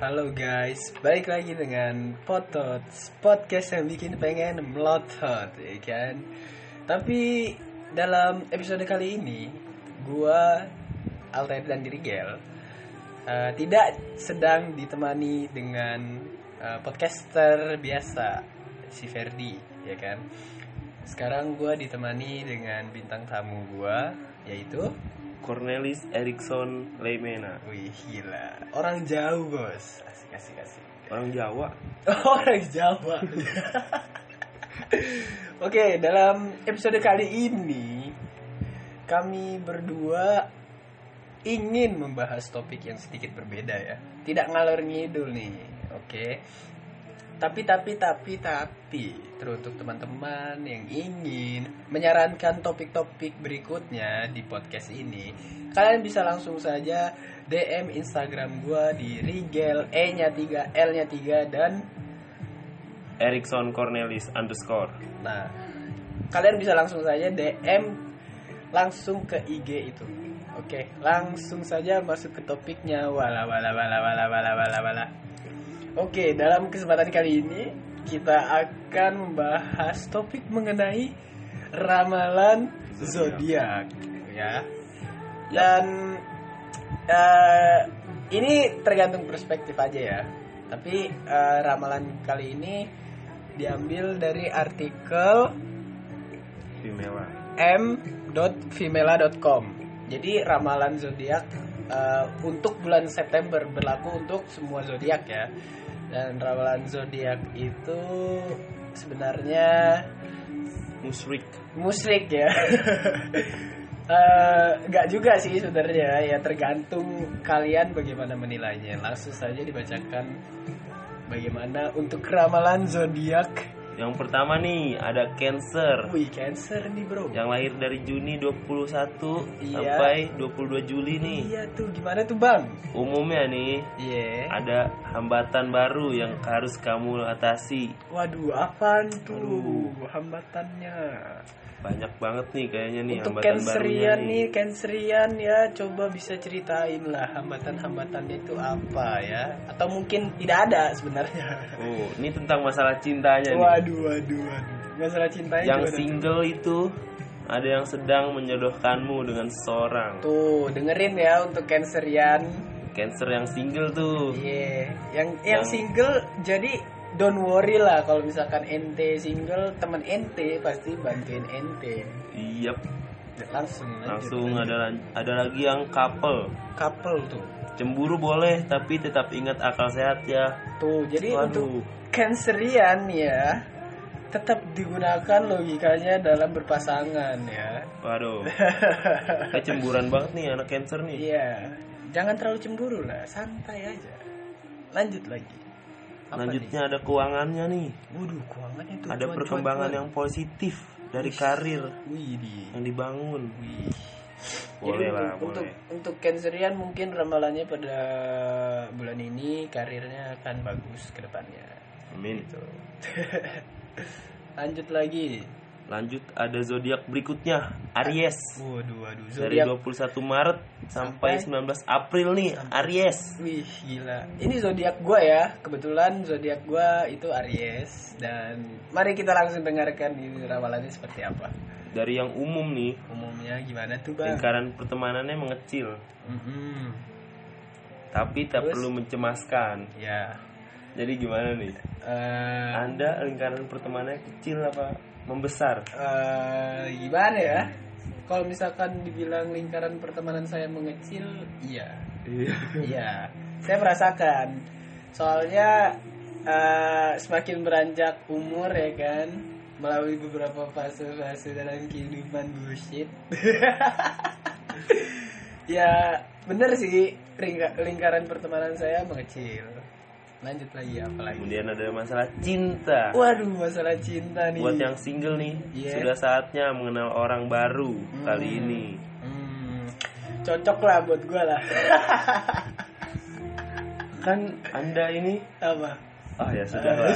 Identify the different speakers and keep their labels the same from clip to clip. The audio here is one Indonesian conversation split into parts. Speaker 1: Halo guys, balik lagi dengan Potot Podcast yang bikin pengen melotot, ya kan? Tapi dalam episode kali ini, gua Altair dan Dirigel eh, tidak sedang ditemani dengan eh, podcaster biasa si Ferdi, ya kan? Sekarang gua ditemani dengan bintang tamu gua yaitu
Speaker 2: Cornelis Erikson Lemena
Speaker 1: Wih gila Orang jauh bos Asik asik asik
Speaker 2: orang Jawa
Speaker 1: Orang Jawa. Oke, dalam episode kali ini kami berdua ingin membahas topik yang sedikit berbeda ya. Tidak ngalor ngidul nih. Oke. Tapi tapi tapi tapi teruntuk teman-teman yang ingin menyarankan topik-topik berikutnya di podcast ini, kalian bisa langsung saja DM Instagram gua di Rigel E nya 3 L nya 3 dan
Speaker 2: Erikson Cornelis underscore
Speaker 1: nah kalian bisa langsung saja DM langsung ke IG itu Oke langsung saja masuk ke topiknya wala wala wala wala wala wala wala Oke dalam kesempatan kali ini kita akan membahas topik mengenai ramalan zodiak ya dan eh, ini tergantung perspektif aja ya tapi eh, ramalan kali ini diambil dari artikel
Speaker 2: Femela
Speaker 1: m.femela.com jadi ramalan zodiak eh, untuk bulan September berlaku untuk semua zodiak ya dan ramalan zodiak itu sebenarnya
Speaker 2: Musrik
Speaker 1: musrik ya Eh, nggak juga sih sebenarnya ya tergantung kalian bagaimana menilainya langsung saja dibacakan bagaimana untuk ramalan zodiak
Speaker 2: yang pertama nih ada Cancer
Speaker 1: Wih Cancer nih bro
Speaker 2: yang lahir dari Juni
Speaker 1: Iya.
Speaker 2: 21 sampai 22 Juli nih
Speaker 1: iya tuh gimana tuh bang
Speaker 2: umumnya nih
Speaker 1: iya
Speaker 2: ada hambatan baru yang harus kamu atasi
Speaker 1: waduh apaan tuh
Speaker 2: Aduh.
Speaker 1: hambatannya
Speaker 2: banyak banget nih kayaknya nih
Speaker 1: untuk ya,
Speaker 2: hambatan barunya
Speaker 1: Cancerian nih Cancerian ya coba bisa ceritain lah hambatan-hambatannya itu apa ya atau mungkin tidak ada sebenarnya
Speaker 2: oh ini tentang masalah cintanya nih
Speaker 1: Waduh, waduh, waduh. Masalah cintanya
Speaker 2: yang
Speaker 1: gimana?
Speaker 2: single itu ada yang sedang menjodohkanmu dengan seseorang
Speaker 1: Tuh, dengerin ya untuk Cancerian.
Speaker 2: Cancer yang single tuh
Speaker 1: Iya. Yang, yang
Speaker 2: Yang-
Speaker 1: single jadi don't worry lah kalau misalkan ente single, teman ente pasti bantuin ente.
Speaker 2: Iya
Speaker 1: Langsung lanjut,
Speaker 2: Langsung
Speaker 1: lanjut.
Speaker 2: ada ada lagi yang couple
Speaker 1: couple tuh.
Speaker 2: Cemburu boleh tapi tetap ingat akal sehat ya
Speaker 1: Tuh, jadi untuk
Speaker 2: Waduh
Speaker 1: Cancerian ya tetap digunakan logikanya dalam berpasangan ya.
Speaker 2: Waduh Kayak cemburan banget nih anak Cancer nih
Speaker 1: Iya, jangan terlalu cemburu lah, santai aja. Lanjut lagi. Apa nih?
Speaker 2: Lanjutnya ada keuangannya nih
Speaker 1: Waduh, keuangannya tuh
Speaker 2: Ada
Speaker 1: cuan,
Speaker 2: perkembangan
Speaker 1: cuan,
Speaker 2: yang positif dari karir
Speaker 1: cuan. Wih, di-
Speaker 2: yang dibangun
Speaker 1: wih. Jadi
Speaker 2: Boleh lah
Speaker 1: untuk, untuk
Speaker 2: boleh
Speaker 1: untuk Cancerian mungkin ramalannya pada bulan ini karirnya akan bagus ke depannya.
Speaker 2: Amin
Speaker 1: Gitu. Lanjut lagi.
Speaker 2: Lanjut ada zodiak berikutnya Aries
Speaker 1: Waduh, waduh.
Speaker 2: dari
Speaker 1: Zodiak
Speaker 2: 21 Maret sampai 19 April nih Aries
Speaker 1: Wih gila. Ini zodiak gua ya. Kebetulan zodiak gua itu Aries dan mari kita langsung dengarkan ini ramalannya seperti apa.
Speaker 2: dari yang umum nih
Speaker 1: Umumnya gimana tuh bang? Mm-hmm.
Speaker 2: lingkaran pertemanannya mengecil
Speaker 1: Mm-mm.
Speaker 2: tapi tak
Speaker 1: Terus?
Speaker 2: perlu mencemaskan
Speaker 1: Ya.
Speaker 2: jadi gimana nih
Speaker 1: Eh,
Speaker 2: anda lingkaran pertemanannya kecil apa membesar
Speaker 1: eh, gimana ya? Kalau misalkan dibilang lingkaran pertemanan saya mengecil, iya, iya, saya merasakan. Soalnya eh, semakin beranjak umur ya kan, melalui beberapa fase-fase dalam kehidupan bullshit. ya bener sih ringka- lingkaran pertemanan saya mengecil. Lanjut lagi apa lagi?
Speaker 2: kemudian ada masalah cinta
Speaker 1: Waduh masalah cinta nih.
Speaker 2: buat yang single nih
Speaker 1: Iya.
Speaker 2: sudah saatnya mengenal orang baru kali ini
Speaker 1: Hmm, cocok lah buat gue lah
Speaker 2: kan anda ini
Speaker 1: apa
Speaker 2: ah ya sudah lah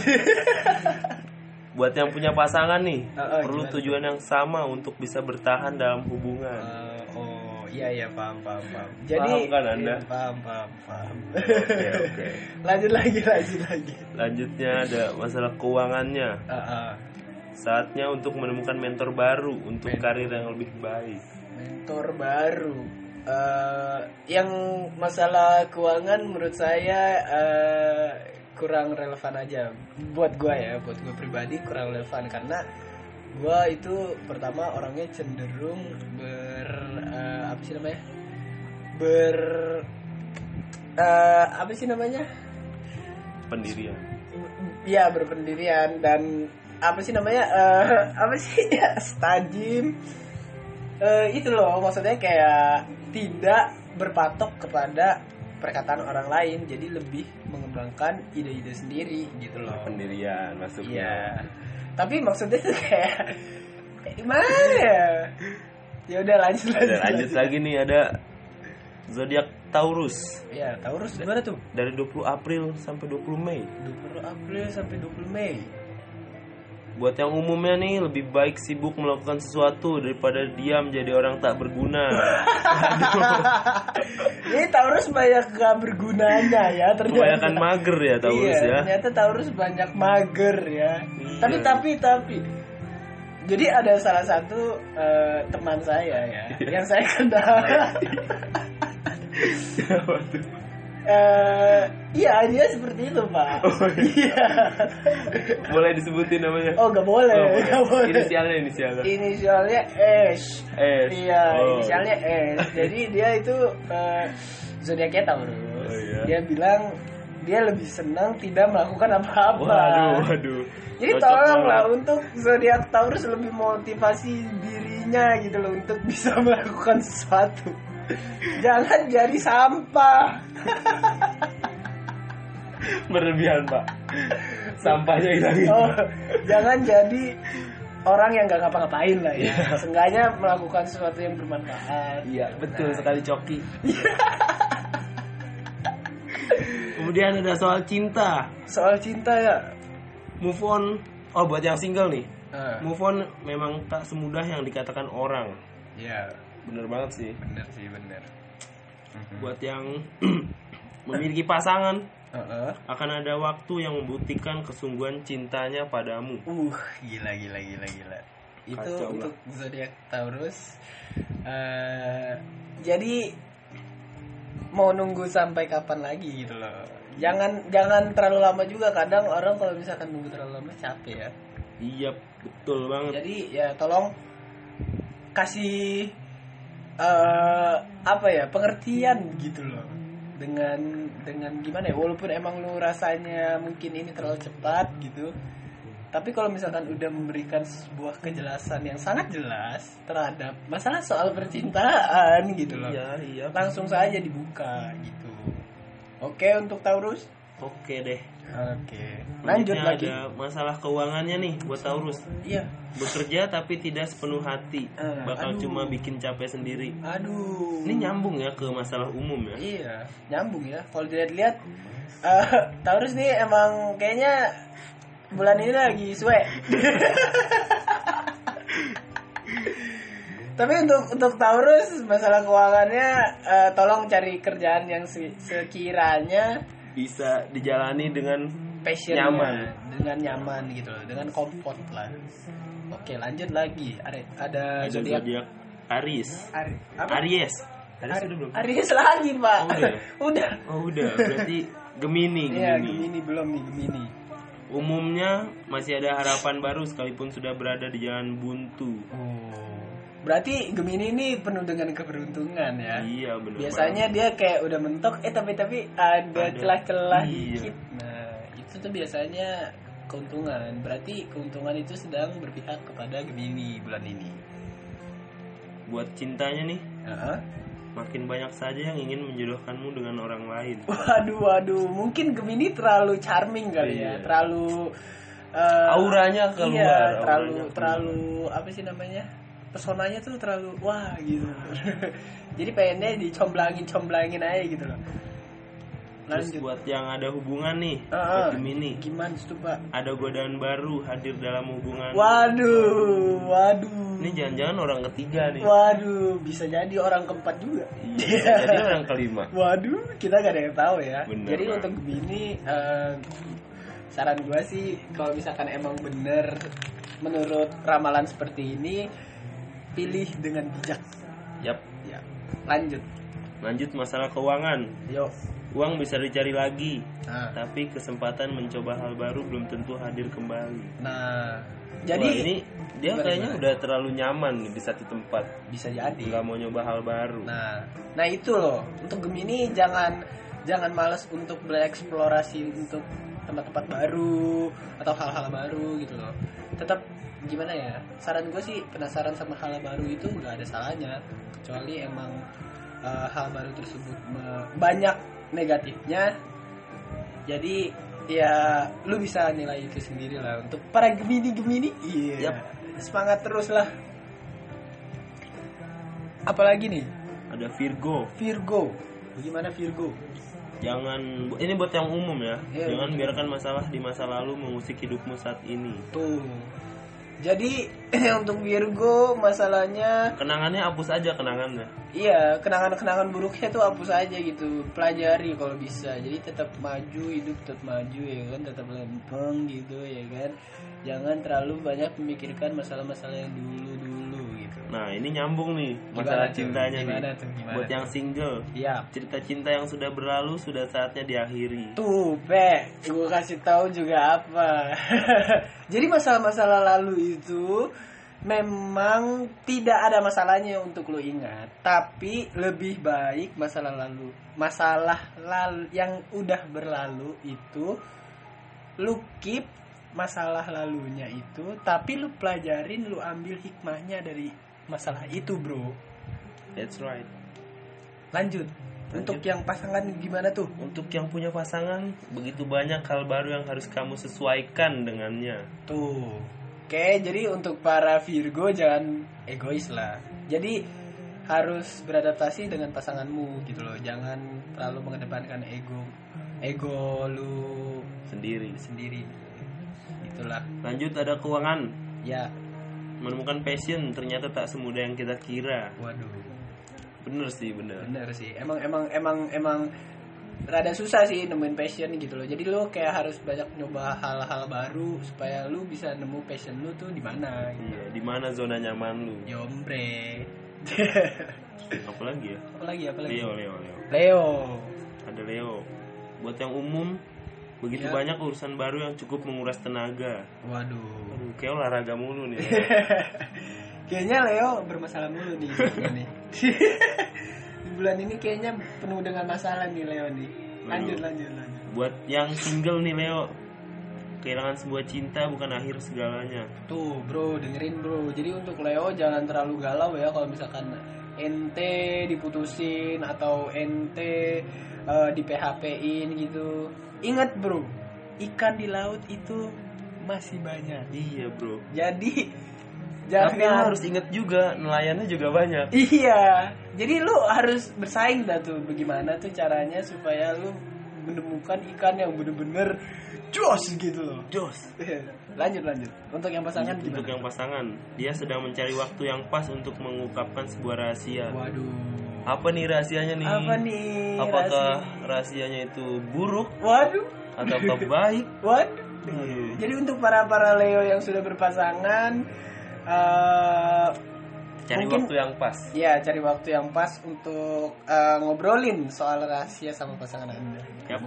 Speaker 2: buat yang punya pasangan nih
Speaker 1: Oh, oh,
Speaker 2: perlu
Speaker 1: gimana?
Speaker 2: tujuan yang sama untuk bisa bertahan dalam hubungan
Speaker 1: Eh, oh iya iya paham paham paham. Jadi
Speaker 2: Paham kan Anda?
Speaker 1: iya, paham paham paham.
Speaker 2: Oke, Ya, oke.
Speaker 1: lanjut lagi lanjut lagi.
Speaker 2: Lanjutnya ada masalah keuangannya.
Speaker 1: Ah, ah.
Speaker 2: Saatnya untuk menemukan mentor baru untuk
Speaker 1: Mentor.
Speaker 2: karir yang lebih baik.
Speaker 1: mentor baru. Eh, yang masalah keuangan menurut saya eh, kurang relevan aja buat gua ya, buat gue pribadi kurang relevan karena gua itu pertama orangnya cenderung ber eh, apa sih namanya ber eh, apa sih namanya
Speaker 2: Pendirian.
Speaker 1: ya berpendirian dan apa sih namanya eh, apa sih ya stajim Eh, itu loh maksudnya kayak tidak berpatok kepada perkataan orang lain jadi lebih mengembangkan ide-ide sendiri gitu loh
Speaker 2: Pendirian masuknya.
Speaker 1: iya tapi maksudnya tuh kayak kayak gimana ya ya udah lanjut
Speaker 2: Iya. Ada
Speaker 1: lanjut
Speaker 2: lanjut lagi nih ada zodiak Taurus
Speaker 1: ya Taurus gimana tuh
Speaker 2: dari 20 April sampai 20 Mei.
Speaker 1: 20 April sampai 20 Mei
Speaker 2: Buat yang umumnya nih lebih baik sibuk melakukan sesuatu daripada diam jadi orang tak berguna.
Speaker 1: ini Taurus banyak gak bergunanya ya ternyata
Speaker 2: Kebanyakan mager ya Taurus
Speaker 1: iya,
Speaker 2: ya.
Speaker 1: Ternyata Taurus banyak mager ya.
Speaker 2: Iya.
Speaker 1: Tapi tapi tapi. Jadi ada salah satu eh, teman saya ya yang
Speaker 2: Iya.
Speaker 1: saya kenal. Eh, iya dia seperti itu pak.
Speaker 2: Oh,
Speaker 1: Iya.
Speaker 2: Boleh disebutin namanya?
Speaker 1: oh gak boleh.
Speaker 2: Oh, boleh.
Speaker 1: nggak boleh.
Speaker 2: Inisialnya inisialnya.
Speaker 1: Inisialnya S.
Speaker 2: S.
Speaker 1: Iya,
Speaker 2: Oh.
Speaker 1: inisialnya S. Jadi dia itu eh, zodiaknya Taurus.
Speaker 2: Oh, iya.
Speaker 1: Dia bilang dia lebih senang tidak melakukan apa-apa.
Speaker 2: Waduh, waduh.
Speaker 1: Jadi
Speaker 2: Cocok
Speaker 1: tolonglah
Speaker 2: banget.
Speaker 1: untuk zodiak Taurus lebih motivasi dirinya gitu loh untuk bisa melakukan sesuatu. Jangan jadi sampah.
Speaker 2: berlebihan, Pak. Sampahnya hilang.
Speaker 1: Oh, jangan jadi orang yang gak ngapa-ngapain lah ya. Seenggaknya melakukan sesuatu yang bermanfaat.
Speaker 2: Iya, betul sekali Coki. Kemudian ada soal cinta.
Speaker 1: Soal cinta ya.
Speaker 2: Move on. Oh, buat yang single nih.
Speaker 1: Eh,
Speaker 2: Move on memang tak semudah yang dikatakan orang.
Speaker 1: Iya,
Speaker 2: Bener banget sih.
Speaker 1: bener sih bener.
Speaker 2: Buat yang memiliki pasangan,
Speaker 1: Heeh.
Speaker 2: akan ada waktu yang membuktikan kesungguhan cintanya padamu.
Speaker 1: Uh, gila gila gila gila. Itu
Speaker 2: Kacau lah.
Speaker 1: untuk zodiak Taurus. Eh, jadi mau nunggu sampai kapan lagi gitu loh. Jangan jangan terlalu lama juga. Kadang orang kalau misalkan nunggu terlalu lama capek ya.
Speaker 2: Iya, betul banget.
Speaker 1: Jadi ya tolong kasih eh apa ya pengertian gitu loh dengan dengan gimana ya walaupun emang lu rasanya mungkin ini terlalu cepat gitu tapi kalau misalkan udah memberikan sebuah kejelasan yang sangat jelas terhadap masalah soal percintaan gitu loh
Speaker 2: Iya, iya.
Speaker 1: langsung saja dibuka gitu oke untuk Taurus
Speaker 2: Oke deh.
Speaker 1: oke lanjut
Speaker 2: Selanjutnya
Speaker 1: lagi
Speaker 2: Ada masalah keuangannya nih buat Taurus.
Speaker 1: iya
Speaker 2: Bekerja tapi tidak sepenuh hati,
Speaker 1: Eh,
Speaker 2: bakal
Speaker 1: aduh.
Speaker 2: cuma bikin capek sendiri.
Speaker 1: aduh
Speaker 2: Ini nyambung ya ke masalah umum ya.
Speaker 1: Iya, nyambung ya. Kalau dilihat-lihat, eh, Taurus nih emang kayaknya bulan ini lagi suwe. Tapi untuk untuk Taurus masalah keuangannya, eh, tolong cari kerjaan yang se- sekiranya
Speaker 2: Bisa dijalani dengan
Speaker 1: passion
Speaker 2: Nyaman.
Speaker 1: dengan nyaman gitu loh, dengan comfort lah. Oke, lanjut lagi. Are- ada
Speaker 2: ada
Speaker 1: zodiak
Speaker 2: zodiak Aries.
Speaker 1: Ari- apa?
Speaker 2: Aries. Aries
Speaker 1: Ari-
Speaker 2: udah belum?
Speaker 1: Aries lagi pak.
Speaker 2: Oh, udah ya?
Speaker 1: udah.
Speaker 2: Oh udah, berarti Gemini,
Speaker 1: Iya,
Speaker 2: Gemini.
Speaker 1: Gemini belum nih Gemini.
Speaker 2: Umumnya masih ada harapan baru sekalipun sudah berada di jalan buntu. Hmm.
Speaker 1: Oh. Berarti Gemini ini penuh dengan keberuntungan ya.
Speaker 2: Iya benar.
Speaker 1: Biasanya dia kayak udah mentok eh tapi tapi ada
Speaker 2: Ada.
Speaker 1: celah-celah
Speaker 2: Iya.
Speaker 1: dikit. Nah, itu tuh biasanya keuntungan. Berarti keuntungan itu sedang berpihak kepada Gemini bulan ini.
Speaker 2: banget. Buat cintanya nih,
Speaker 1: Heeh.
Speaker 2: makin banyak saja yang ingin menjodohkanmu dengan orang lain.
Speaker 1: Waduh waduh, mungkin Gemini terlalu charming kali ya.
Speaker 2: Iya.
Speaker 1: Terlalu eh,
Speaker 2: Auranya keluar. oh
Speaker 1: Iya,
Speaker 2: auranya
Speaker 1: terlalu
Speaker 2: keluar.
Speaker 1: terlalu apa sih namanya? Pesonanya tuh terlalu wah gitu. Jadi pengennya dicomblangin-comblangin aja gitu loh.
Speaker 2: Terus
Speaker 1: Lanjut.
Speaker 2: buat yang ada hubungan nih,
Speaker 1: Ah, ah.
Speaker 2: buat Gemini,
Speaker 1: Gimana itu pak?
Speaker 2: ada godaan baru hadir dalam hubungan.
Speaker 1: Waduh, waduh.
Speaker 2: Ini ya? jangan-jangan orang ketiga nih.
Speaker 1: Waduh, bisa jadi orang keempat juga.
Speaker 2: Bisa
Speaker 1: Iya.
Speaker 2: jadi orang kelima.
Speaker 1: Waduh, kita gak ada yang tahu ya.
Speaker 2: Bener
Speaker 1: Jadi
Speaker 2: banget.
Speaker 1: untuk Gemini, eh, saran gua sih kalau misalkan emang bener menurut ramalan seperti ini, pilih dengan bijak.
Speaker 2: Yap.
Speaker 1: Ya, lanjut.
Speaker 2: Lanjut masalah keuangan.
Speaker 1: Yuk.
Speaker 2: Uang bisa dicari lagi,
Speaker 1: Nah,
Speaker 2: tapi kesempatan mencoba hal baru belum tentu hadir kembali.
Speaker 1: nah,
Speaker 2: Wah, ini
Speaker 1: jadi
Speaker 2: dia
Speaker 1: gimana,
Speaker 2: kayaknya
Speaker 1: gimana?
Speaker 2: udah terlalu nyaman nih di satu tempat.
Speaker 1: bisa jadi.
Speaker 2: Nggak mau nyoba hal baru.
Speaker 1: Nah, nah itu loh. Untuk Gemini jangan jangan males untuk bereksplorasi untuk tempat-tempat baru atau hal-hal baru gitu loh. Tetap gimana ya? Saran gue sih penasaran sama hal baru itu nggak ada salahnya, kecuali emang eh, hal baru tersebut me- banyak negatifnya. Jadi ya lu bisa nilai itu sendiri lah untuk para gemini gemini iya
Speaker 2: Yap.
Speaker 1: semangat terus lah apalagi nih
Speaker 2: Ada Virgo.
Speaker 1: Virgo. Gimana Virgo?
Speaker 2: Jangan ini buat yang umum ya.
Speaker 1: Iya,
Speaker 2: Jangan
Speaker 1: iya.
Speaker 2: biarkan masalah di masa lalu mengusik hidupmu saat ini.
Speaker 1: Tuh. Jadi untuk Virgo masalahnya
Speaker 2: Kenangannya hapus aja kenangannya.
Speaker 1: iya kenangan-kenangan buruknya tuh hapus aja gitu pelajari kalau bisa jadi tetap maju hidup tetap maju ya kan tetap lempeng gitu ya kan jangan terlalu banyak memikirkan masalah-masalah yang dulu dulu gitu
Speaker 2: Nah, ini nyambung nih
Speaker 1: Gimana
Speaker 2: masalah
Speaker 1: tuh?
Speaker 2: cintanya nih.
Speaker 1: gimana tuh gimana
Speaker 2: Buat yang single,
Speaker 1: iya
Speaker 2: cerita cinta yang sudah berlalu sudah saatnya diakhiri.
Speaker 1: Tuh, Pe, gue kasih tahu juga apa. Jadi masalah-masalah lalu itu memang tidak ada masalahnya untuk lo ingat, tapi lebih baik masalah lalu, masalah lalu yang udah berlalu itu lu keep masalah lalunya itu, tapi lu pelajarin, lu ambil hikmahnya dari masalah itu, Bro.
Speaker 2: That's right.
Speaker 1: Lanjut. Untuk yang pasangan gimana tuh?
Speaker 2: Untuk yang punya pasangan, begitu banyak hal baru yang harus kamu sesuaikan dengannya.
Speaker 1: Tuh. Oke, jadi untuk para Virgo jangan egois lah. Jadi harus beradaptasi dengan pasanganmu gitu loh. Jangan terlalu mengedepankan ego ego lu
Speaker 2: sendiri.
Speaker 1: sendiri. Itulah.
Speaker 2: Lanjut ada keuangan.
Speaker 1: Ya,
Speaker 2: Menemukan passion ternyata tak semudah yang kita kira.
Speaker 1: waduh.
Speaker 2: Bener sih, bener.
Speaker 1: Bener sih. Emang emang emang emang rada susah sih nemuin passion gitu loh. Jadi lu kayak harus banyak nyoba hal-hal baru supaya lu bisa nemu passion lu tuh di mana gitu.
Speaker 2: Iya, di mana zona nyaman lu?
Speaker 1: Jombre.
Speaker 2: Apalagi ya?
Speaker 1: apa lagi apa lagi?
Speaker 2: Leo, Leo, Leo.
Speaker 1: Leo.
Speaker 2: Ada Leo. Buat yang umum, begitu
Speaker 1: Iya.
Speaker 2: banyak urusan baru yang cukup menguras tenaga.
Speaker 1: Waduh.
Speaker 2: Aduh, kayak olahraga mulu nih.
Speaker 1: Kayaknya Leo bermasalah mulu nih. ini. Di bulan ini kayaknya penuh dengan masalah nih Leo nih. Lanjut
Speaker 2: Waduh.
Speaker 1: lanjut lanjut.
Speaker 2: Buat yang single nih, Leo. Kehilangan sebuah cinta bukan akhir segalanya.
Speaker 1: Tuh, Bro, dengerin Bro. Jadi untuk Leo jangan terlalu galau ya kalau misalkan ente diputusin atau ente eh, di PHP-in gitu. Ingat, Bro. Ikan di laut itu masih banyak.
Speaker 2: Iya, bro.
Speaker 1: Jadi
Speaker 2: Tapi lu
Speaker 1: jangan
Speaker 2: harus ingat juga, nelayannya juga banyak.
Speaker 1: Iya, jadi lu harus bersaing dah tuh. Bagaimana tuh caranya supaya lu menemukan ikan yang bener-bener jos gitu loh.
Speaker 2: Jos.
Speaker 1: lanjut lanjut. Untuk yang pasangan
Speaker 2: untuk
Speaker 1: gimana?
Speaker 2: yang pasangan dia sedang mencari waktu yang pas untuk mengungkapkan sebuah rahasia
Speaker 1: Waduh.
Speaker 2: apa nih rahasianya nih
Speaker 1: Apa nih?
Speaker 2: apakah
Speaker 1: rasanya?
Speaker 2: rahasianya itu buruk
Speaker 1: Waduh,
Speaker 2: atau baik
Speaker 1: waduh.
Speaker 2: Aduh.
Speaker 1: Jadi untuk para para Leo yang sudah berpasangan, eh
Speaker 2: cari
Speaker 1: Mungkin-
Speaker 2: waktu yang pas
Speaker 1: ya cari waktu yang pas untuk eh, ngobrolin soal rahasia sama pasangan anda.
Speaker 2: Yap.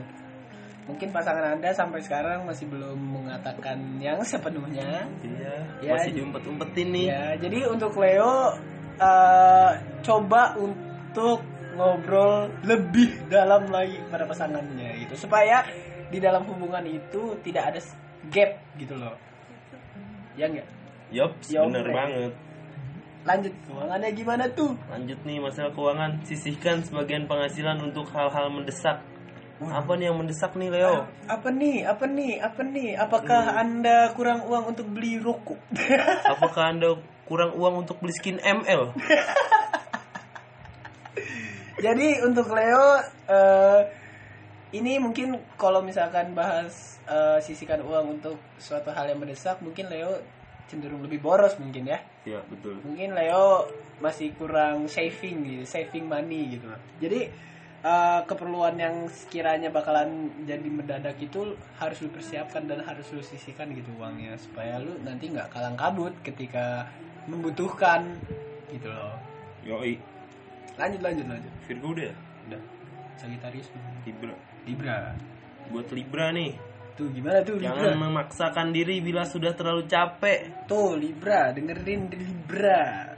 Speaker 1: Mungkin pasangan Anda sampai sekarang masih belum mengatakan yang sepenuhnya.
Speaker 2: Iya,
Speaker 1: Ya.
Speaker 2: masih diumpet-umpetin nih
Speaker 1: Ya, jadi untuk Leo eh, coba untuk ngobrol lebih dalam lagi kepada pasangannya gitu supaya di dalam hubungan itu tidak ada s- gap gitu loh. Ya enggak?
Speaker 2: Yops,
Speaker 1: Yop,
Speaker 2: bener
Speaker 1: Re.
Speaker 2: banget
Speaker 1: Lanjut keuangannya gimana tuh?
Speaker 2: lanjut nih masalah keuangan sisihkan sebagian penghasilan untuk hal-hal mendesak
Speaker 1: Wah,
Speaker 2: apa nih yang mendesak nih Leo
Speaker 1: apa nih? Apa nih? Apa nih? Apakah Anda kurang uang untuk beli rokok?
Speaker 2: apakah anda kurang uang untuk beli skin ML
Speaker 1: Jadi untuk Leo eh, ini mungkin kalau misalkan bahas eh, sisihkan uang untuk suatu hal yang mendesak, mungkin Leo cenderung lebih boros mungkin ya.
Speaker 2: ya betul
Speaker 1: Mungkin Leo masih kurang saving gitu, saving money gitu. Jadi eh, keperluan yang sekiranya bakalan jadi mendadak itu harus lu persiapkan dan harus lu sisihkan gitu uangnya supaya lu nanti nggak kalang kabut ketika membutuhkan gitu loh.
Speaker 2: yoi
Speaker 1: Lanjut lanjut lanjut.
Speaker 2: Virgo udah ya?
Speaker 1: Udah. Sagittarius
Speaker 2: Libra
Speaker 1: Libra.
Speaker 2: buat Libra nih
Speaker 1: Tuh gimana tuh Libra?
Speaker 2: jangan memaksakan diri bila sudah terlalu capek
Speaker 1: Tuh Libra, dengerin Libra.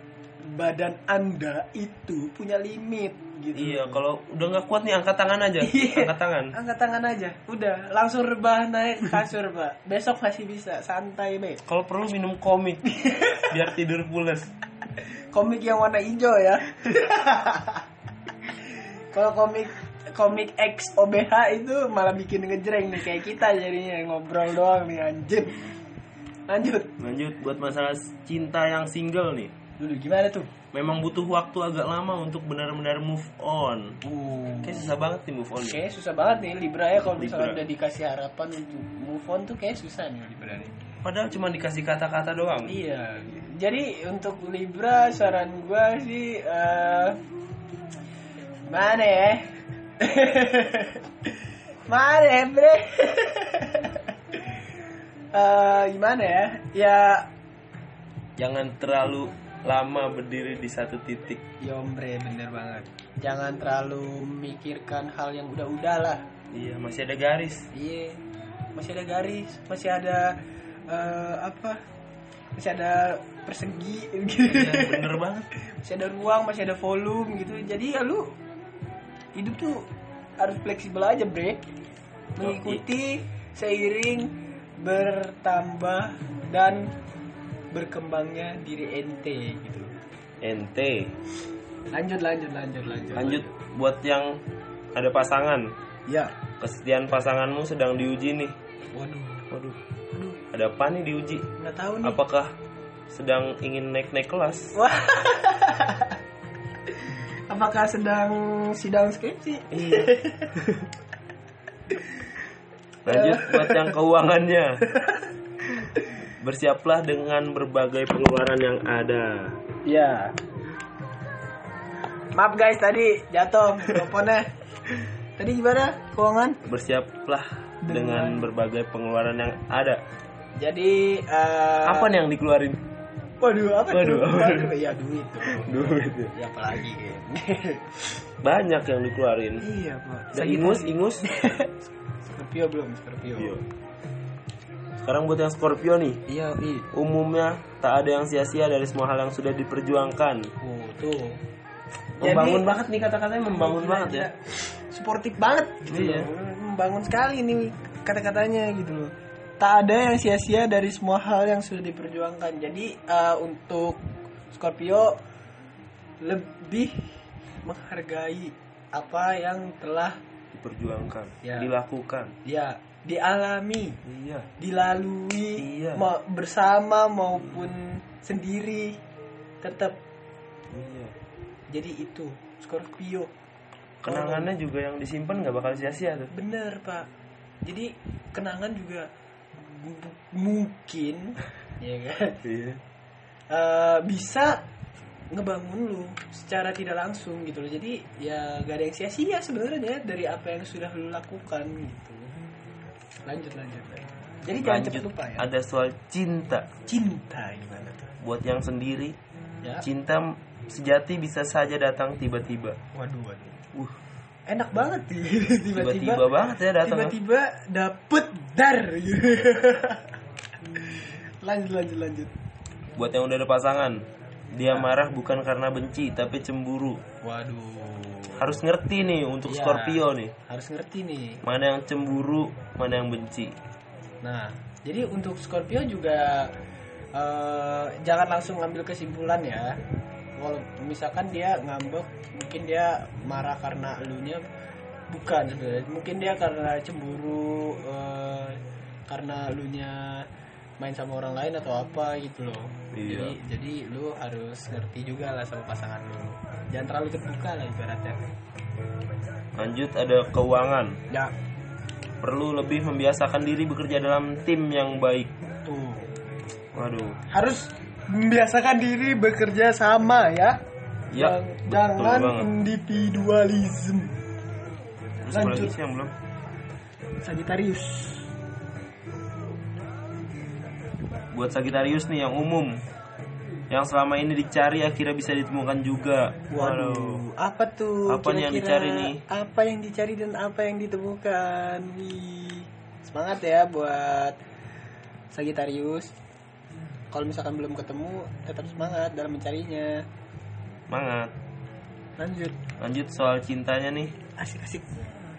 Speaker 1: Badan Anda itu punya limit gitu.
Speaker 2: Iya, kalau udah nggak kuat nih angkat tangan aja.
Speaker 1: Iya.
Speaker 2: angkat tangan.
Speaker 1: Angkat tangan aja. Udah, langsung rebah naik kasur, Pak. Besok masih bisa, santai, Be.
Speaker 2: Kalau perlu minum komik biar tidur pulas.
Speaker 1: Komik yang warna hijau ya. Kalau komik komik X OBH itu malah bikin ngejreng nih kayak kita jadinya ngobrol doang nih anjir. Lanjut.
Speaker 2: Lanjut buat masalah cinta yang single nih.
Speaker 1: Dulu gimana tuh?
Speaker 2: Memang butuh waktu agak lama untuk benar-benar move on.
Speaker 1: Uh.
Speaker 2: Kayak susah banget nih move on. nih.
Speaker 1: Kayaknya susah banget nih Libra ya kalau misalnya
Speaker 2: Libra.
Speaker 1: udah dikasih harapan untuk move on tuh kayak susah nih Libra nih.
Speaker 2: Padahal cuma dikasih kata-kata doang.
Speaker 1: Iya. Jadi untuk Libra saran gua sih eh mana ya? mana ya, Bre? Eh, gimana ya? Ya
Speaker 2: Jangan terlalu lama berdiri di satu titik.
Speaker 1: Yombre bener banget Jangan terlalu mikirkan hal yang udah-udah lah
Speaker 2: Iya, masih ada garis.
Speaker 1: Iya, masih ada garis, masih ada eh, apa? Masih ada persegi, gitu.
Speaker 2: Iya, bener banget.
Speaker 1: masih ada ruang, masih ada volume gitu. Jadi ya lu hidup tuh harus fleksibel aja, Bre. Mengikuti seiring bertambah dan berkembangnya diri ente gitu.
Speaker 2: Ente.
Speaker 1: Lanjut, lanjut, lanjut, lanjut.
Speaker 2: Lanjut buat yang ada pasangan.
Speaker 1: Ya.
Speaker 2: Kesetiaan pasanganmu sedang diuji nih.
Speaker 1: Waduh,
Speaker 2: Waduh,
Speaker 1: aduh,
Speaker 2: ada apa nih diuji?
Speaker 1: nggak tahu nih.
Speaker 2: Apakah sedang ingin naik-naik kelas?
Speaker 1: Wah. Apakah sedang sidang skripsi?
Speaker 2: Iya. Lanjut buat yang keuangannya. Bersiaplah dengan berbagai pengeluaran yang ada.
Speaker 1: Ya. Maaf guys tadi jatuh mikrofonnya. Tadi gimana keuangan?
Speaker 2: Bersiaplah dengan berbagai pengeluaran yang ada.
Speaker 1: Jadi eh,
Speaker 2: Apa nih yang dikeluarin?
Speaker 1: Waduh, apa tuh?
Speaker 2: Waduh, waduh.
Speaker 1: Waduh, ya duit.
Speaker 2: Duit.
Speaker 1: Ya apalagi kan.
Speaker 2: Banyak yang dikeluarin.
Speaker 1: iya, Pak.
Speaker 2: Dan ingus, ingus.
Speaker 1: Scorpio belum, Scorpio.
Speaker 2: Iya. Sekarang buat yang Scorpio nih.
Speaker 1: Iya, i.
Speaker 2: Umumnya tak ada yang sia-sia dari semua hal yang sudah diperjuangkan.
Speaker 1: Oh, tuh.
Speaker 2: Membangun banget nih kata-katanya membangun banget ya.
Speaker 1: Sportif banget gitu
Speaker 2: Iya.
Speaker 1: loh. Membangun sekali nih kata-katanya gitu loh. Tak ada yang sia-sia dari semua hal yang sudah diperjuangkan. Jadi eh, untuk Scorpio lebih menghargai apa yang telah
Speaker 2: Diperjuangkan,
Speaker 1: Ya.
Speaker 2: dilakukan.
Speaker 1: dia dialami,
Speaker 2: Iya.
Speaker 1: dilalui
Speaker 2: Iya.
Speaker 1: ma- bersama maupun sendiri tetap
Speaker 2: Iya.
Speaker 1: jadi itu Scorpio.
Speaker 2: Kenangannya juga yang disimpan nggak bakal sia-sia tuh.
Speaker 1: Bener pak. Jadi kenangan juga m- m- mungkin ya kan
Speaker 2: Iya.
Speaker 1: eh, bisa ngebangun lu secara tidak langsung gitu loh. Jadi ya gak ada yang sia-sia sebenarnya dari apa yang sudah lu lakukan gitu. Lanjut lanjut. lanjut. Jadi jangan cepat
Speaker 2: Lanjut,
Speaker 1: lupa ya.
Speaker 2: ada soal cinta.
Speaker 1: Cinta gimana tuh?
Speaker 2: Buat yang sendiri,
Speaker 1: Ya.
Speaker 2: cinta sejati bisa saja datang tiba-tiba.
Speaker 1: Waduh waduh.
Speaker 2: Uh,
Speaker 1: Enak banget sih.
Speaker 2: tiba-tiba banget ya datang. ya.
Speaker 1: tiba-tiba dapet dar gitu. lanjut lanjut lanjut.
Speaker 2: Buat yang udah ada pasangan,
Speaker 1: Ya.
Speaker 2: dia marah bukan karena benci, tapi cemburu.
Speaker 1: Waduh.
Speaker 2: Harus ngerti nih untuk
Speaker 1: Iya.
Speaker 2: Scorpio nih.
Speaker 1: harus ngerti nih.
Speaker 2: Mana yang cemburu, mana yang benci.
Speaker 1: Nah, jadi untuk Scorpio juga eh, jangan langsung ngambil kesimpulan ya. Kalau misalkan dia ngambek, mungkin dia marah karena elunya bukan, sebenarnya. mungkin dia karena cemburu, eh, karena elunya main sama orang lain atau apa gitu loh.
Speaker 2: Iya.
Speaker 1: Jadi, jadi lu harus ngerti juga lah sama pasangan lu. Jangan terlalu terbuka lah ibaratnya.
Speaker 2: Lanjut ada keuangan.
Speaker 1: Ya,
Speaker 2: Perlu lebih membiasakan diri bekerja dalam tim yang baik.
Speaker 1: tuh.
Speaker 2: Waduh.
Speaker 1: Harus membiasakan diri bekerja sama ya.
Speaker 2: Ya,
Speaker 1: Jangan-
Speaker 2: betul
Speaker 1: jangan
Speaker 2: banget.
Speaker 1: individualism.
Speaker 2: Terus apa lagi
Speaker 1: lanjut.
Speaker 2: sih yang belum?
Speaker 1: Sagittarius.
Speaker 2: Buat Sagittarius nih yang umum. Yang selama ini dicari akhirnya bisa ditemukan juga. Waduh.
Speaker 1: Waduh, apa tuh?
Speaker 2: Apa nih yang
Speaker 1: Kira-kira
Speaker 2: dicari nih?
Speaker 1: Apa yang dicari dan apa yang ditemukan? Wih. Semangat ya buat Sagittarius. Kalau misalkan belum ketemu, tetap semangat dalam mencarinya.
Speaker 2: Semangat.
Speaker 1: Lanjut.
Speaker 2: Lanjut soal cintanya nih.
Speaker 1: Asik-asik.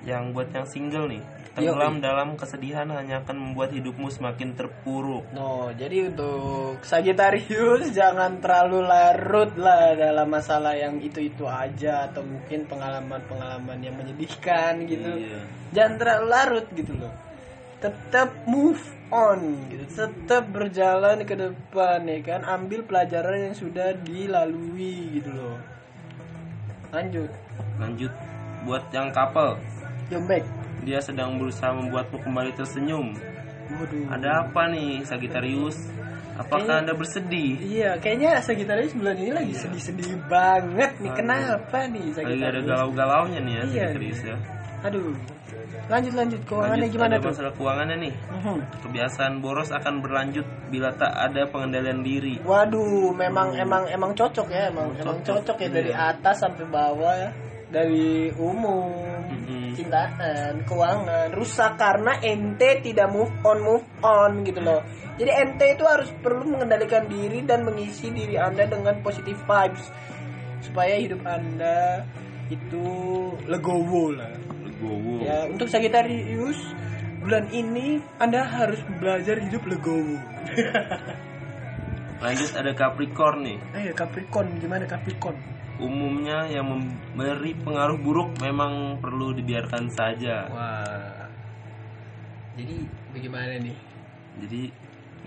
Speaker 2: Yang buat yang single nih. Tenggelam dalam kesedihan hanya akan membuat hidupmu semakin terpuruk.
Speaker 1: No, jadi untuk Sagittarius jangan terlalu larut lah dalam masalah yang itu-itu aja atau mungkin pengalaman-pengalaman yang menyedihkan gitu.
Speaker 2: Iya.
Speaker 1: Jangan terlalu larut gitu loh. Tetap move on gitu. Tetap berjalan ke depan ya kan. Ambil pelajaran yang sudah dilalui gitu loh. Lanjut.
Speaker 2: Lanjut buat yang couple.
Speaker 1: Jombek.
Speaker 2: Dia sedang berusaha membuatmu kembali tersenyum.
Speaker 1: Hmm. Waduh.
Speaker 2: Ada apa nih Sagittarius? Apakah Anda bersedih?
Speaker 1: Iya, kayaknya Sagittarius bulan ini lagi sedih-sedih banget nih.
Speaker 2: Aduh.
Speaker 1: Kenapa nih
Speaker 2: Iya. Lagi ada
Speaker 1: Sagittarius?
Speaker 2: galau-galaunya nih ya
Speaker 1: Iya.
Speaker 2: Sagittarius ya.
Speaker 1: Aduh. Lanjut lanjut keuangannya
Speaker 2: Lanjut,
Speaker 1: gimana
Speaker 2: ada
Speaker 1: tuh?
Speaker 2: masalah keuangannya nih.
Speaker 1: Mhm.
Speaker 2: Kebiasaan boros akan berlanjut bila tak ada pengendalian diri.
Speaker 1: Waduh, memang emang emang cocok ya, emang emang cocok ya dari
Speaker 2: iya.
Speaker 1: atas sampai bawah ya. Dari umum,
Speaker 2: Mhm.
Speaker 1: cintaan, keuangan rusak karena ente tidak move on move on gitu loh. Jadi ente itu harus perlu mengendalikan diri dan mengisi diri anda dengan positive vibes supaya hidup anda itu legowo lah.
Speaker 2: Legowo.
Speaker 1: Ya untuk Sagittarius bulan ini anda harus belajar hidup legowo.
Speaker 2: Lanjut ada Capricorn nih.
Speaker 1: Eh Capricorn gimana Capricorn?
Speaker 2: Umumnya yang memberi pengaruh buruk memang perlu dibiarkan saja.
Speaker 1: Wah. Jadi bagaimana nih?
Speaker 2: Jadi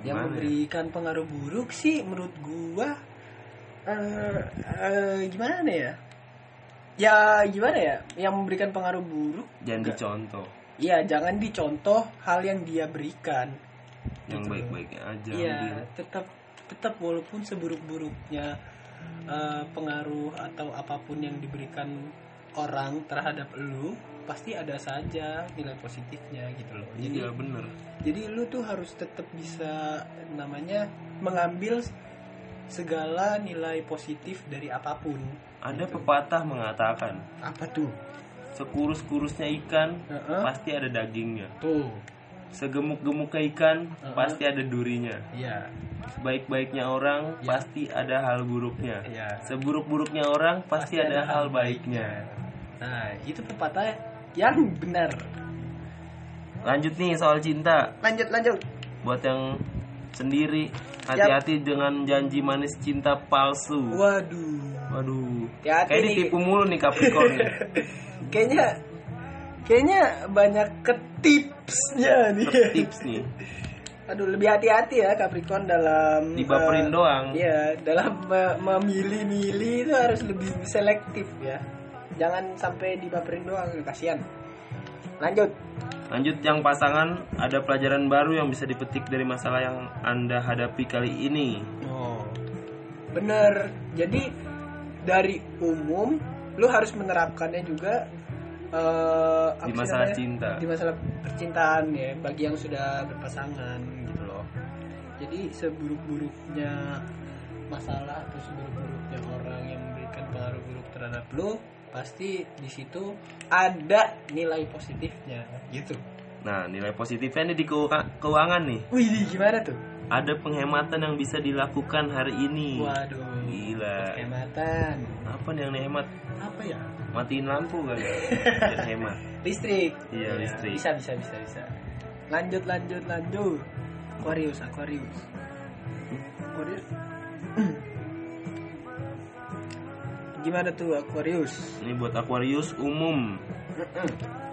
Speaker 1: yang
Speaker 2: gimana ya?
Speaker 1: memberikan pengaruh buruk sih menurut gua eh eh, gimana ya ya gimana ya yang memberikan pengaruh buruk
Speaker 2: jangan dicontoh.
Speaker 1: ya jangan dicontoh hal yang dia berikan
Speaker 2: Yang
Speaker 1: Gitu.
Speaker 2: baik-baiknya aja.
Speaker 1: Iya
Speaker 2: ambil.
Speaker 1: tetap tetap walaupun seburuk-buruknya eh, pengaruh atau apapun yang diberikan orang terhadap lu pasti ada saja nilai positifnya gitu loh jadi
Speaker 2: Iya bener.
Speaker 1: jadi lu tuh harus tetap bisa namanya mengambil segala nilai positif dari apapun.
Speaker 2: Ada pepatah mengatakan
Speaker 1: Apa tuh?
Speaker 2: sekurus-kurusnya ikan
Speaker 1: Heeh.
Speaker 2: pasti ada dagingnya.
Speaker 1: Tuh.
Speaker 2: Segemuk-gemuknya ikan
Speaker 1: Heeh.
Speaker 2: pasti ada durinya.
Speaker 1: Iya.
Speaker 2: Sebaik-baiknya orang
Speaker 1: Ya.
Speaker 2: pasti ada hal buruknya.
Speaker 1: Iya.
Speaker 2: Seburuk-buruknya orang pasti ada hal baiknya.
Speaker 1: Nah, itu pepatah yang benar.
Speaker 2: Lanjut nih soal cinta.
Speaker 1: Lanjut lanjut.
Speaker 2: Buat yang sendiri, hati-hati dengan janji manis cinta palsu.
Speaker 1: Waduh.
Speaker 2: Waduh.
Speaker 1: Hati-hati
Speaker 2: Kayak
Speaker 1: nih.
Speaker 2: ditipu mulu nih Capricorn. ya.
Speaker 1: Kayaknya kayaknya banyak ketipsnya nih.
Speaker 2: Tips nih.
Speaker 1: Aduh, lebih hati-hati ya Capricorn dalam
Speaker 2: Dibaperin
Speaker 1: eh,
Speaker 2: doang.
Speaker 1: Iya, dalam me- memilih-milih itu harus lebih selektif ya. Jangan sampai dibaperin doang, kasihan. Lanjut.
Speaker 2: Lanjut yang pasangan, ada pelajaran baru yang bisa dipetik dari masalah yang Anda hadapi kali ini.
Speaker 1: Oh. Bener. Jadi dari umum lu harus menerapkannya juga eh, apa
Speaker 2: Di
Speaker 1: sih
Speaker 2: masalah
Speaker 1: namanya?
Speaker 2: cinta.
Speaker 1: Di masalah percintaan ya, bagi yang sudah berpasangan gitu loh. Jadi seburuk-buruknya masalah atau seburuk-buruknya orang yang memberikan pengaruh buruk terhadap lu, pasti di situ ada nilai positifnya gitu.
Speaker 2: Nah, nilai positifnya nih di keuka- keuangan nih.
Speaker 1: Wih, gimana tuh?
Speaker 2: Ada penghematan yang bisa dilakukan hari ini.
Speaker 1: Waduh.
Speaker 2: Gila.
Speaker 1: Hematan.
Speaker 2: Apa nih yang hemat?
Speaker 1: Apa ya?
Speaker 2: Matiin lampu kali. ya. Biar hemat.
Speaker 1: listrik
Speaker 2: Iya,
Speaker 1: Ya,
Speaker 2: listrik.
Speaker 1: bisa bisa bisa bisa lanjut lanjut lanjut Aquarius Aquarius Aquarius gimana tuh Aquarius
Speaker 2: Ini buat Aquarius umum.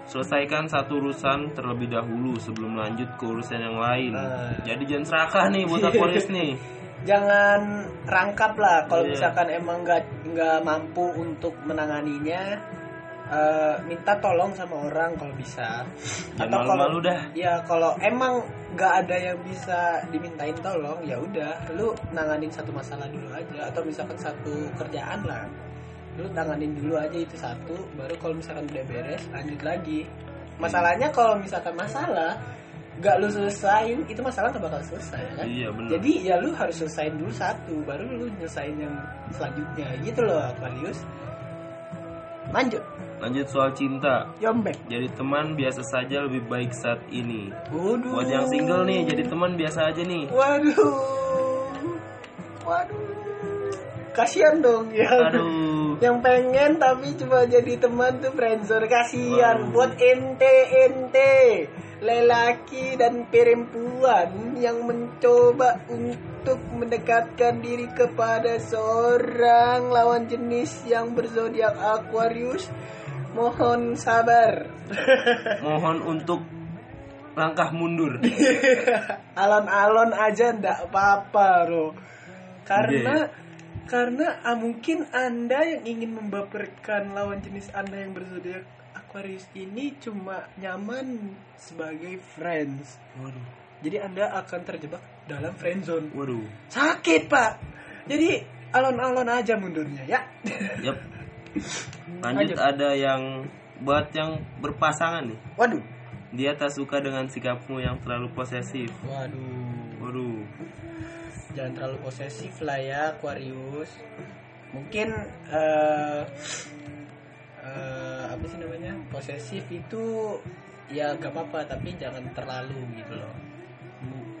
Speaker 2: Selesaikan satu urusan terlebih dahulu sebelum lanjut ke urusan yang lain.
Speaker 1: Ah.
Speaker 2: Jadi jangan serakah nih buat Aquarius nih.
Speaker 1: jangan rangkap lah kalau
Speaker 2: Iya.
Speaker 1: misalkan emang nggak nggak mampu untuk menanganinya eh, minta tolong sama orang kalau bisa.
Speaker 2: Jangan
Speaker 1: Atau kalau-
Speaker 2: malu-malu dah.
Speaker 1: Ya kalau emang nggak ada yang bisa dimintain tolong, ya udah, lu nanganin satu masalah dulu aja atau misalkan satu kerjaan lah. Lu nanganin dulu aja itu satu, baru kalau misalkan udah beres lanjut lagi. Masalahnya kalau misalkan masalah nggak lu selesain, itu masalah nggak bakal selesai kan?
Speaker 2: Iya benar.
Speaker 1: Jadi ya lu harus selesain dulu satu, baru lu nyelesain yang selanjutnya gitu loh Aquarius. Lanjut,
Speaker 2: Lanjut soal cinta.
Speaker 1: Yombek.
Speaker 2: Jadi teman biasa saja lebih baik saat ini.
Speaker 1: Waduh.
Speaker 2: Buat yang single nih, jadi teman biasa aja nih.
Speaker 1: Waduh. Waduh. Kasihan dong ya. yang
Speaker 2: Aduh.
Speaker 1: yang pengen tapi cuma jadi teman tuh friendzone kasihan
Speaker 2: Waduh.
Speaker 1: buat ente ente lelaki dan perempuan yang mencoba untuk mendekatkan diri kepada seorang lawan jenis yang berzodiak Aquarius mohon sabar
Speaker 2: Mohon untuk langkah mundur.
Speaker 1: alon-alon aja ndak apa-apa bro karena karena ah, mungkin anda yang ingin membaperkan lawan jenis anda yang berzodiak Aquarius ini cuma nyaman sebagai friends
Speaker 2: Waduh.
Speaker 1: jadi anda akan terjebak dalam friendzone
Speaker 2: Waduh.
Speaker 1: sakit pak jadi alon-alon aja mundurnya ya
Speaker 2: Yap. Lanjut
Speaker 1: Lanjut.
Speaker 2: ada yang buat yang berpasangan nih.
Speaker 1: waduh
Speaker 2: Dia tak suka dengan sikapmu yang terlalu posesif.
Speaker 1: waduh
Speaker 2: Waduh.
Speaker 1: jangan terlalu posesif lah ya Aquarius mungkin eh eh, apa sih namanya posesif itu ya gak apa-apa tapi jangan terlalu gitu loh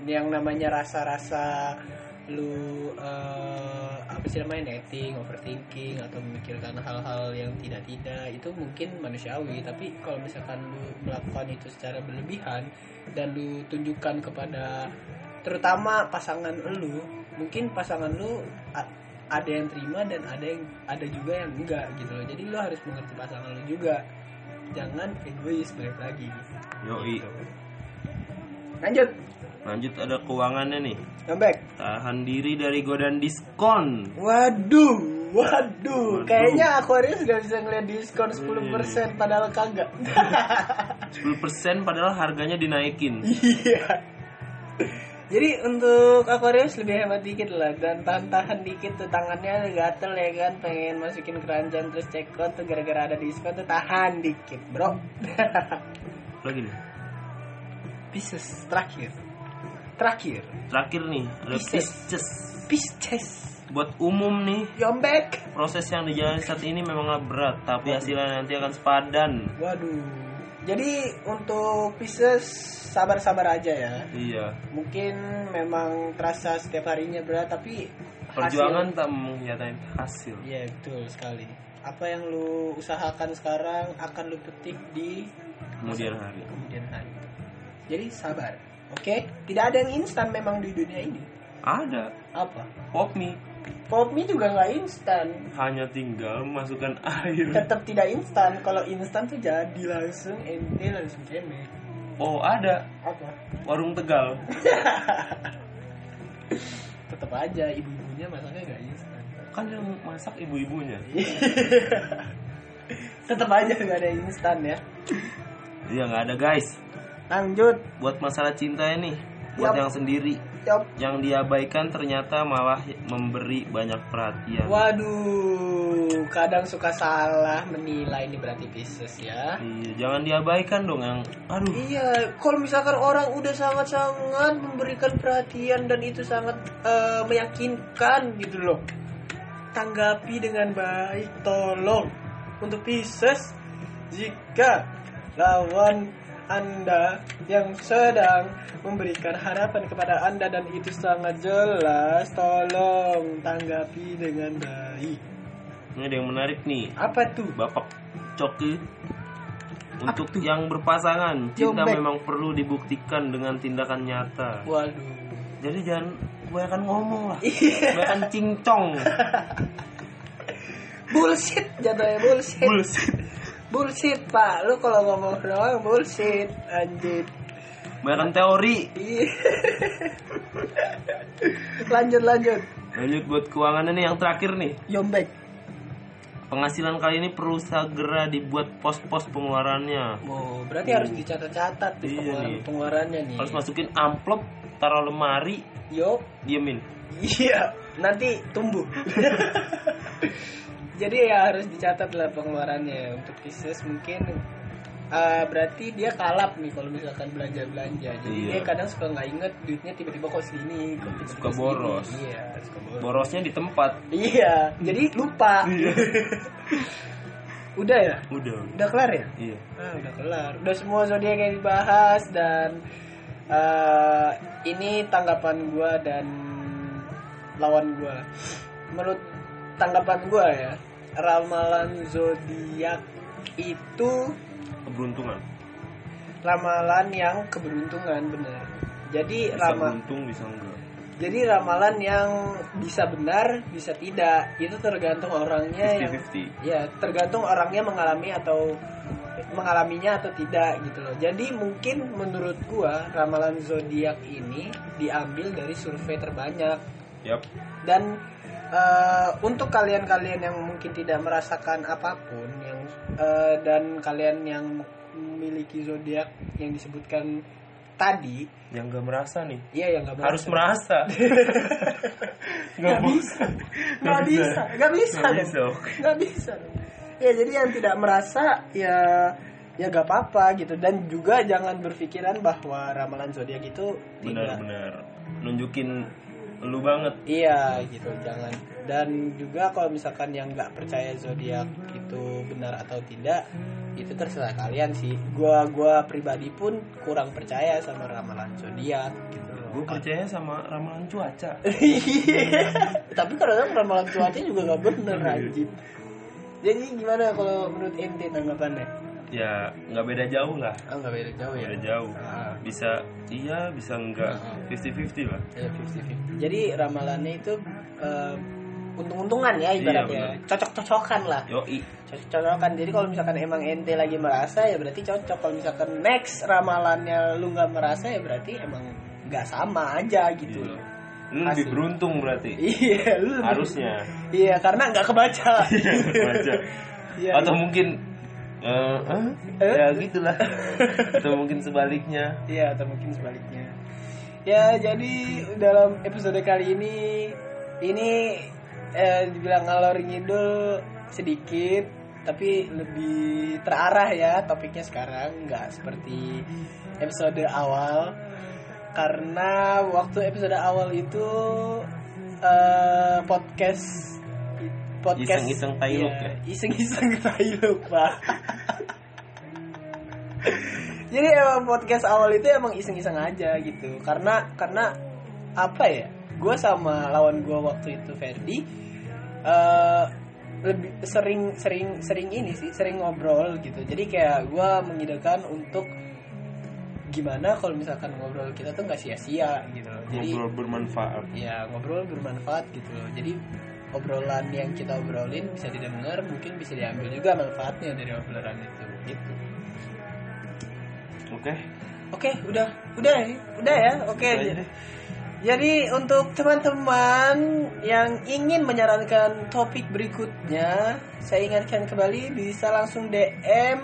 Speaker 1: yang namanya rasa-rasa lu eh, apa sih namanya netting overthinking atau memikirkan hal-hal yang tidak-tidak itu mungkin manusiawi tapi kalau misalkan lu melakukan itu secara berlebihan dan lu tunjukkan kepada terutama pasangan lu mungkin pasangan lu a- ada yang terima dan ada yang ada juga yang enggak gitu loh jadi lu harus mengerti pasangan lu juga jangan egois balik lagi
Speaker 2: Yoi.
Speaker 1: lanjut
Speaker 2: Lanjut ada keuangannya nih.
Speaker 1: comeback
Speaker 2: Tahan diri dari godaan diskon.
Speaker 1: Waduh, waduh, Iya.
Speaker 2: Waduh.
Speaker 1: kayaknya Aquarius gak bisa ngeliat diskon 10% padahal kagak.
Speaker 2: 10% padahal harganya dinaikin.
Speaker 1: Iya. Jadi untuk Aquarius lebih hemat dikit lah dan tahan-tahan dikit tuh tangannya gatel ya kan pengen masukin keranjang terus check out tuh gara-gara ada diskon tuh tahan dikit bro.
Speaker 2: Lagi nih.
Speaker 1: Pisces terakhir, terakhir,
Speaker 2: Terakhir nih, ada
Speaker 1: Pisces.
Speaker 2: Pisces.
Speaker 1: Pisces,
Speaker 2: Buat umum nih,
Speaker 1: yombek.
Speaker 2: proses yang dijalani saat ini memanglah berat, tapi hasilnya nanti akan sepadan.
Speaker 1: Waduh. Jadi untuk Pisces sabar-sabar aja ya.
Speaker 2: Iya.
Speaker 1: mungkin memang terasa setiap harinya berat tapi hasil-
Speaker 2: Perjuangan tak mengkhianati hasil.
Speaker 1: iya betul sekali apa yang lu usahakan sekarang akan lu petik di
Speaker 2: Kemudian hari.
Speaker 1: kemudian hari jadi sabar oke tidak ada yang instan memang di dunia ini
Speaker 2: Ada.
Speaker 1: apa
Speaker 2: Pop mie.
Speaker 1: pop mie juga nggak instan
Speaker 2: Hanya tinggal masukkan air.
Speaker 1: tetap tidak instan kalau instan tuh jadi langsung ente langsung kemek
Speaker 2: Oh ada.
Speaker 1: apa
Speaker 2: Warung Tegal.
Speaker 1: tetap aja ibu-ibunya masaknya nggak instan
Speaker 2: Kan yang masak ibu-ibunya.
Speaker 1: tetap aja nggak ada instan ya
Speaker 2: Iya nggak ada guys.
Speaker 1: lanjut
Speaker 2: Buat masalah cinta ini. Buat
Speaker 1: Yap.
Speaker 2: yang sendiri.
Speaker 1: yop
Speaker 2: Yang diabaikan ternyata malah memberi banyak perhatian.
Speaker 1: Waduh, kadang suka salah menilai ini berarti Pisces ya.
Speaker 2: Iya, jangan diabaikan dong yang aduh
Speaker 1: Iya, kalau misalkan orang udah sangat-sangat memberikan perhatian dan itu sangat eh, meyakinkan gitu loh. Tanggapi dengan baik, tolong untuk Pisces jika lawan anda yang sedang memberikan harapan kepada anda dan itu sangat jelas, tolong tanggapi dengan baik.
Speaker 2: ini ada yang menarik nih
Speaker 1: Apa tuh?
Speaker 2: bapak coki untuk yang berpasangan cinta
Speaker 1: Jombek.
Speaker 2: memang perlu dibuktikan dengan tindakan nyata
Speaker 1: Waduh.
Speaker 2: jadi jangan kebanyakan ngomong lah
Speaker 1: Iya.
Speaker 2: kebanyakan cincong
Speaker 1: Bullshit jatuhnya bullshit.
Speaker 2: bullshit
Speaker 1: bullshit, Pak. Lu kalau ngomong doang bullshit, anjir. Iya.
Speaker 2: kebanyakan teori
Speaker 1: Ih. lanjut lanjut.
Speaker 2: lanjut buat keuangan ini yang terakhir nih
Speaker 1: Yombek.
Speaker 2: Penghasilan kali ini perlu segera dibuat pos-pos pengeluarannya.
Speaker 1: Oh, berarti harus dicatat-catat tuh
Speaker 2: Iya,
Speaker 1: pengeluaran-
Speaker 2: nih.
Speaker 1: pengeluarannya nih.
Speaker 2: Harus masukin amplop, taruh lemari,
Speaker 1: Yo,
Speaker 2: diemin.
Speaker 1: iya, nanti tumbuh. Jadi ya harus dicatat lah pengeluarannya untuk Pisces mungkin eh, berarti dia kalap nih kalau misalkan belanja belanja. Jadi
Speaker 2: Iya.
Speaker 1: dia kadang suka nggak inget duitnya tiba-tiba kok sini, kok tiba-tiba
Speaker 2: Suka
Speaker 1: sini.
Speaker 2: boros.
Speaker 1: Iya, suka boros.
Speaker 2: Borosnya di tempat.
Speaker 1: Iya, jadi lupa.
Speaker 2: Iya.
Speaker 1: udah ya,
Speaker 2: Udah.
Speaker 1: udah kelar ya.
Speaker 2: Iya.
Speaker 1: Ah, udah kelar. Udah semua zodiak yang dibahas dan eh, ini tanggapan gua dan lawan gua. Menurut tanggapan gua ya, ramalan zodiak itu
Speaker 2: Keberuntungan.
Speaker 1: ramalan yang keberuntungan benar. Jadi
Speaker 2: Bisa
Speaker 1: rama
Speaker 2: beruntung bisa enggak.
Speaker 1: jadi ramalan yang bisa benar, bisa tidak, itu tergantung orangnya yang
Speaker 2: 50-50.
Speaker 1: ya tergantung orangnya mengalami atau mengalaminya atau tidak gitu loh. Jadi mungkin menurut gua ramalan zodiak ini diambil dari survei terbanyak
Speaker 2: Yap.
Speaker 1: dan eh, untuk kalian-kalian yang mungkin tidak merasakan apapun yang eh, dan kalian yang memiliki zodiak yang disebutkan tadi,
Speaker 2: Yang enggak merasa nih.
Speaker 1: iya yang nggak
Speaker 2: Harus
Speaker 1: merasa-
Speaker 2: merasa.
Speaker 1: nggak bisa nggak bisa nggak bisa kan?
Speaker 2: Nggak
Speaker 1: dong.
Speaker 2: bisa.
Speaker 1: nggak bisa dong. ya jadi yang tidak merasa ya ya gak apa-apa gitu dan juga jangan berpikiran bahwa ramalan zodiak itu tidak
Speaker 2: Benar-benar. Nunjukin lu banget.
Speaker 1: iya gitu jangan dan juga kalau misalkan yang nggak percaya zodiak itu benar atau tidak itu terserah kalian sih gua gua pribadi pun kurang percaya sama ramalan zodiak gitu loh.
Speaker 2: Gue percaya sama ramalan cuaca.
Speaker 1: Iya. Tapi kadang ramalan cuaca juga gak bener anjing. Jadi gimana kalau menurut ente tanggapannya?
Speaker 2: Ya nggak beda jauh lah.
Speaker 1: Ah nggak beda jauh ya.
Speaker 2: Beda jauh.
Speaker 1: Ah,
Speaker 2: Bisa iya, bisa enggak. 50-50 lah.
Speaker 1: ya 50-50. Jadi ramalannya itu eh, untung-untungan ya
Speaker 2: Iya,
Speaker 1: ibaratnya. Cocok-cocokan lah.
Speaker 2: Yoi.
Speaker 1: Cocok-cocokan. Jadi kalau misalkan emang ente lagi merasa ya berarti cocok. Kalau misalkan next ramalannya lu nggak merasa ya berarti emang nggak sama aja gitu
Speaker 2: Iya.
Speaker 1: loh.
Speaker 2: Lu
Speaker 1: Asik.
Speaker 2: lebih beruntung berarti.
Speaker 1: Iya, lu lebih-
Speaker 2: Harusnya.
Speaker 1: Iya, karena nggak kebaca.
Speaker 2: Cuaca.
Speaker 1: Iya.
Speaker 2: Atau mungkin eh, eh, ya gitulah. Atau mungkin sebaliknya.
Speaker 1: Iya atau mungkin sebaliknya. Ya jadi dalam episode kali ini ini eh, dibilang ngalor ngidul sedikit tapi lebih terarah ya topiknya sekarang nggak seperti episode awal karena waktu episode awal itu eh, podcast podcast
Speaker 2: Iseng-iseng tai look
Speaker 1: Iya,
Speaker 2: ya?
Speaker 1: iseng-iseng tai look, pak jadi emang podcast awal itu emang iseng-iseng aja gitu karena karena apa ya gue sama lawan gue waktu itu Ferdi eh, lebih sering sering sering ini sih sering ngobrol gitu jadi kayak gue mengidekan untuk gimana kalau misalkan ngobrol kita tuh nggak sia-sia gitu loh jadi
Speaker 2: Ngobrol bermanfaat.
Speaker 1: ya ngobrol bermanfaat gitu loh jadi obrolan yang kita obrolin bisa didengar mungkin bisa diambil juga manfaatnya dari obrolan itu gitu
Speaker 2: Oke.
Speaker 1: Oke, udah, udah, udah ya. Oke.
Speaker 2: Udah
Speaker 1: jadi-
Speaker 2: deh.
Speaker 1: Jadi untuk teman-teman yang ingin menyarankan topik berikutnya, saya ingatkan kembali bisa langsung DM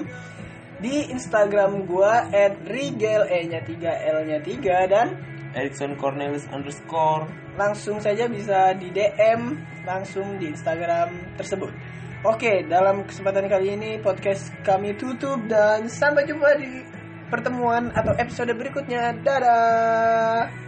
Speaker 1: di Instagram gua @rigel-nya 3l-nya 3 dan
Speaker 2: Erickson Cornelis underscore.
Speaker 1: langsung saja bisa di DM langsung di Instagram tersebut. Oke, dalam kesempatan kali ini podcast kami tutup dan sampai jumpa di pertemuan atau episode berikutnya. Dadah.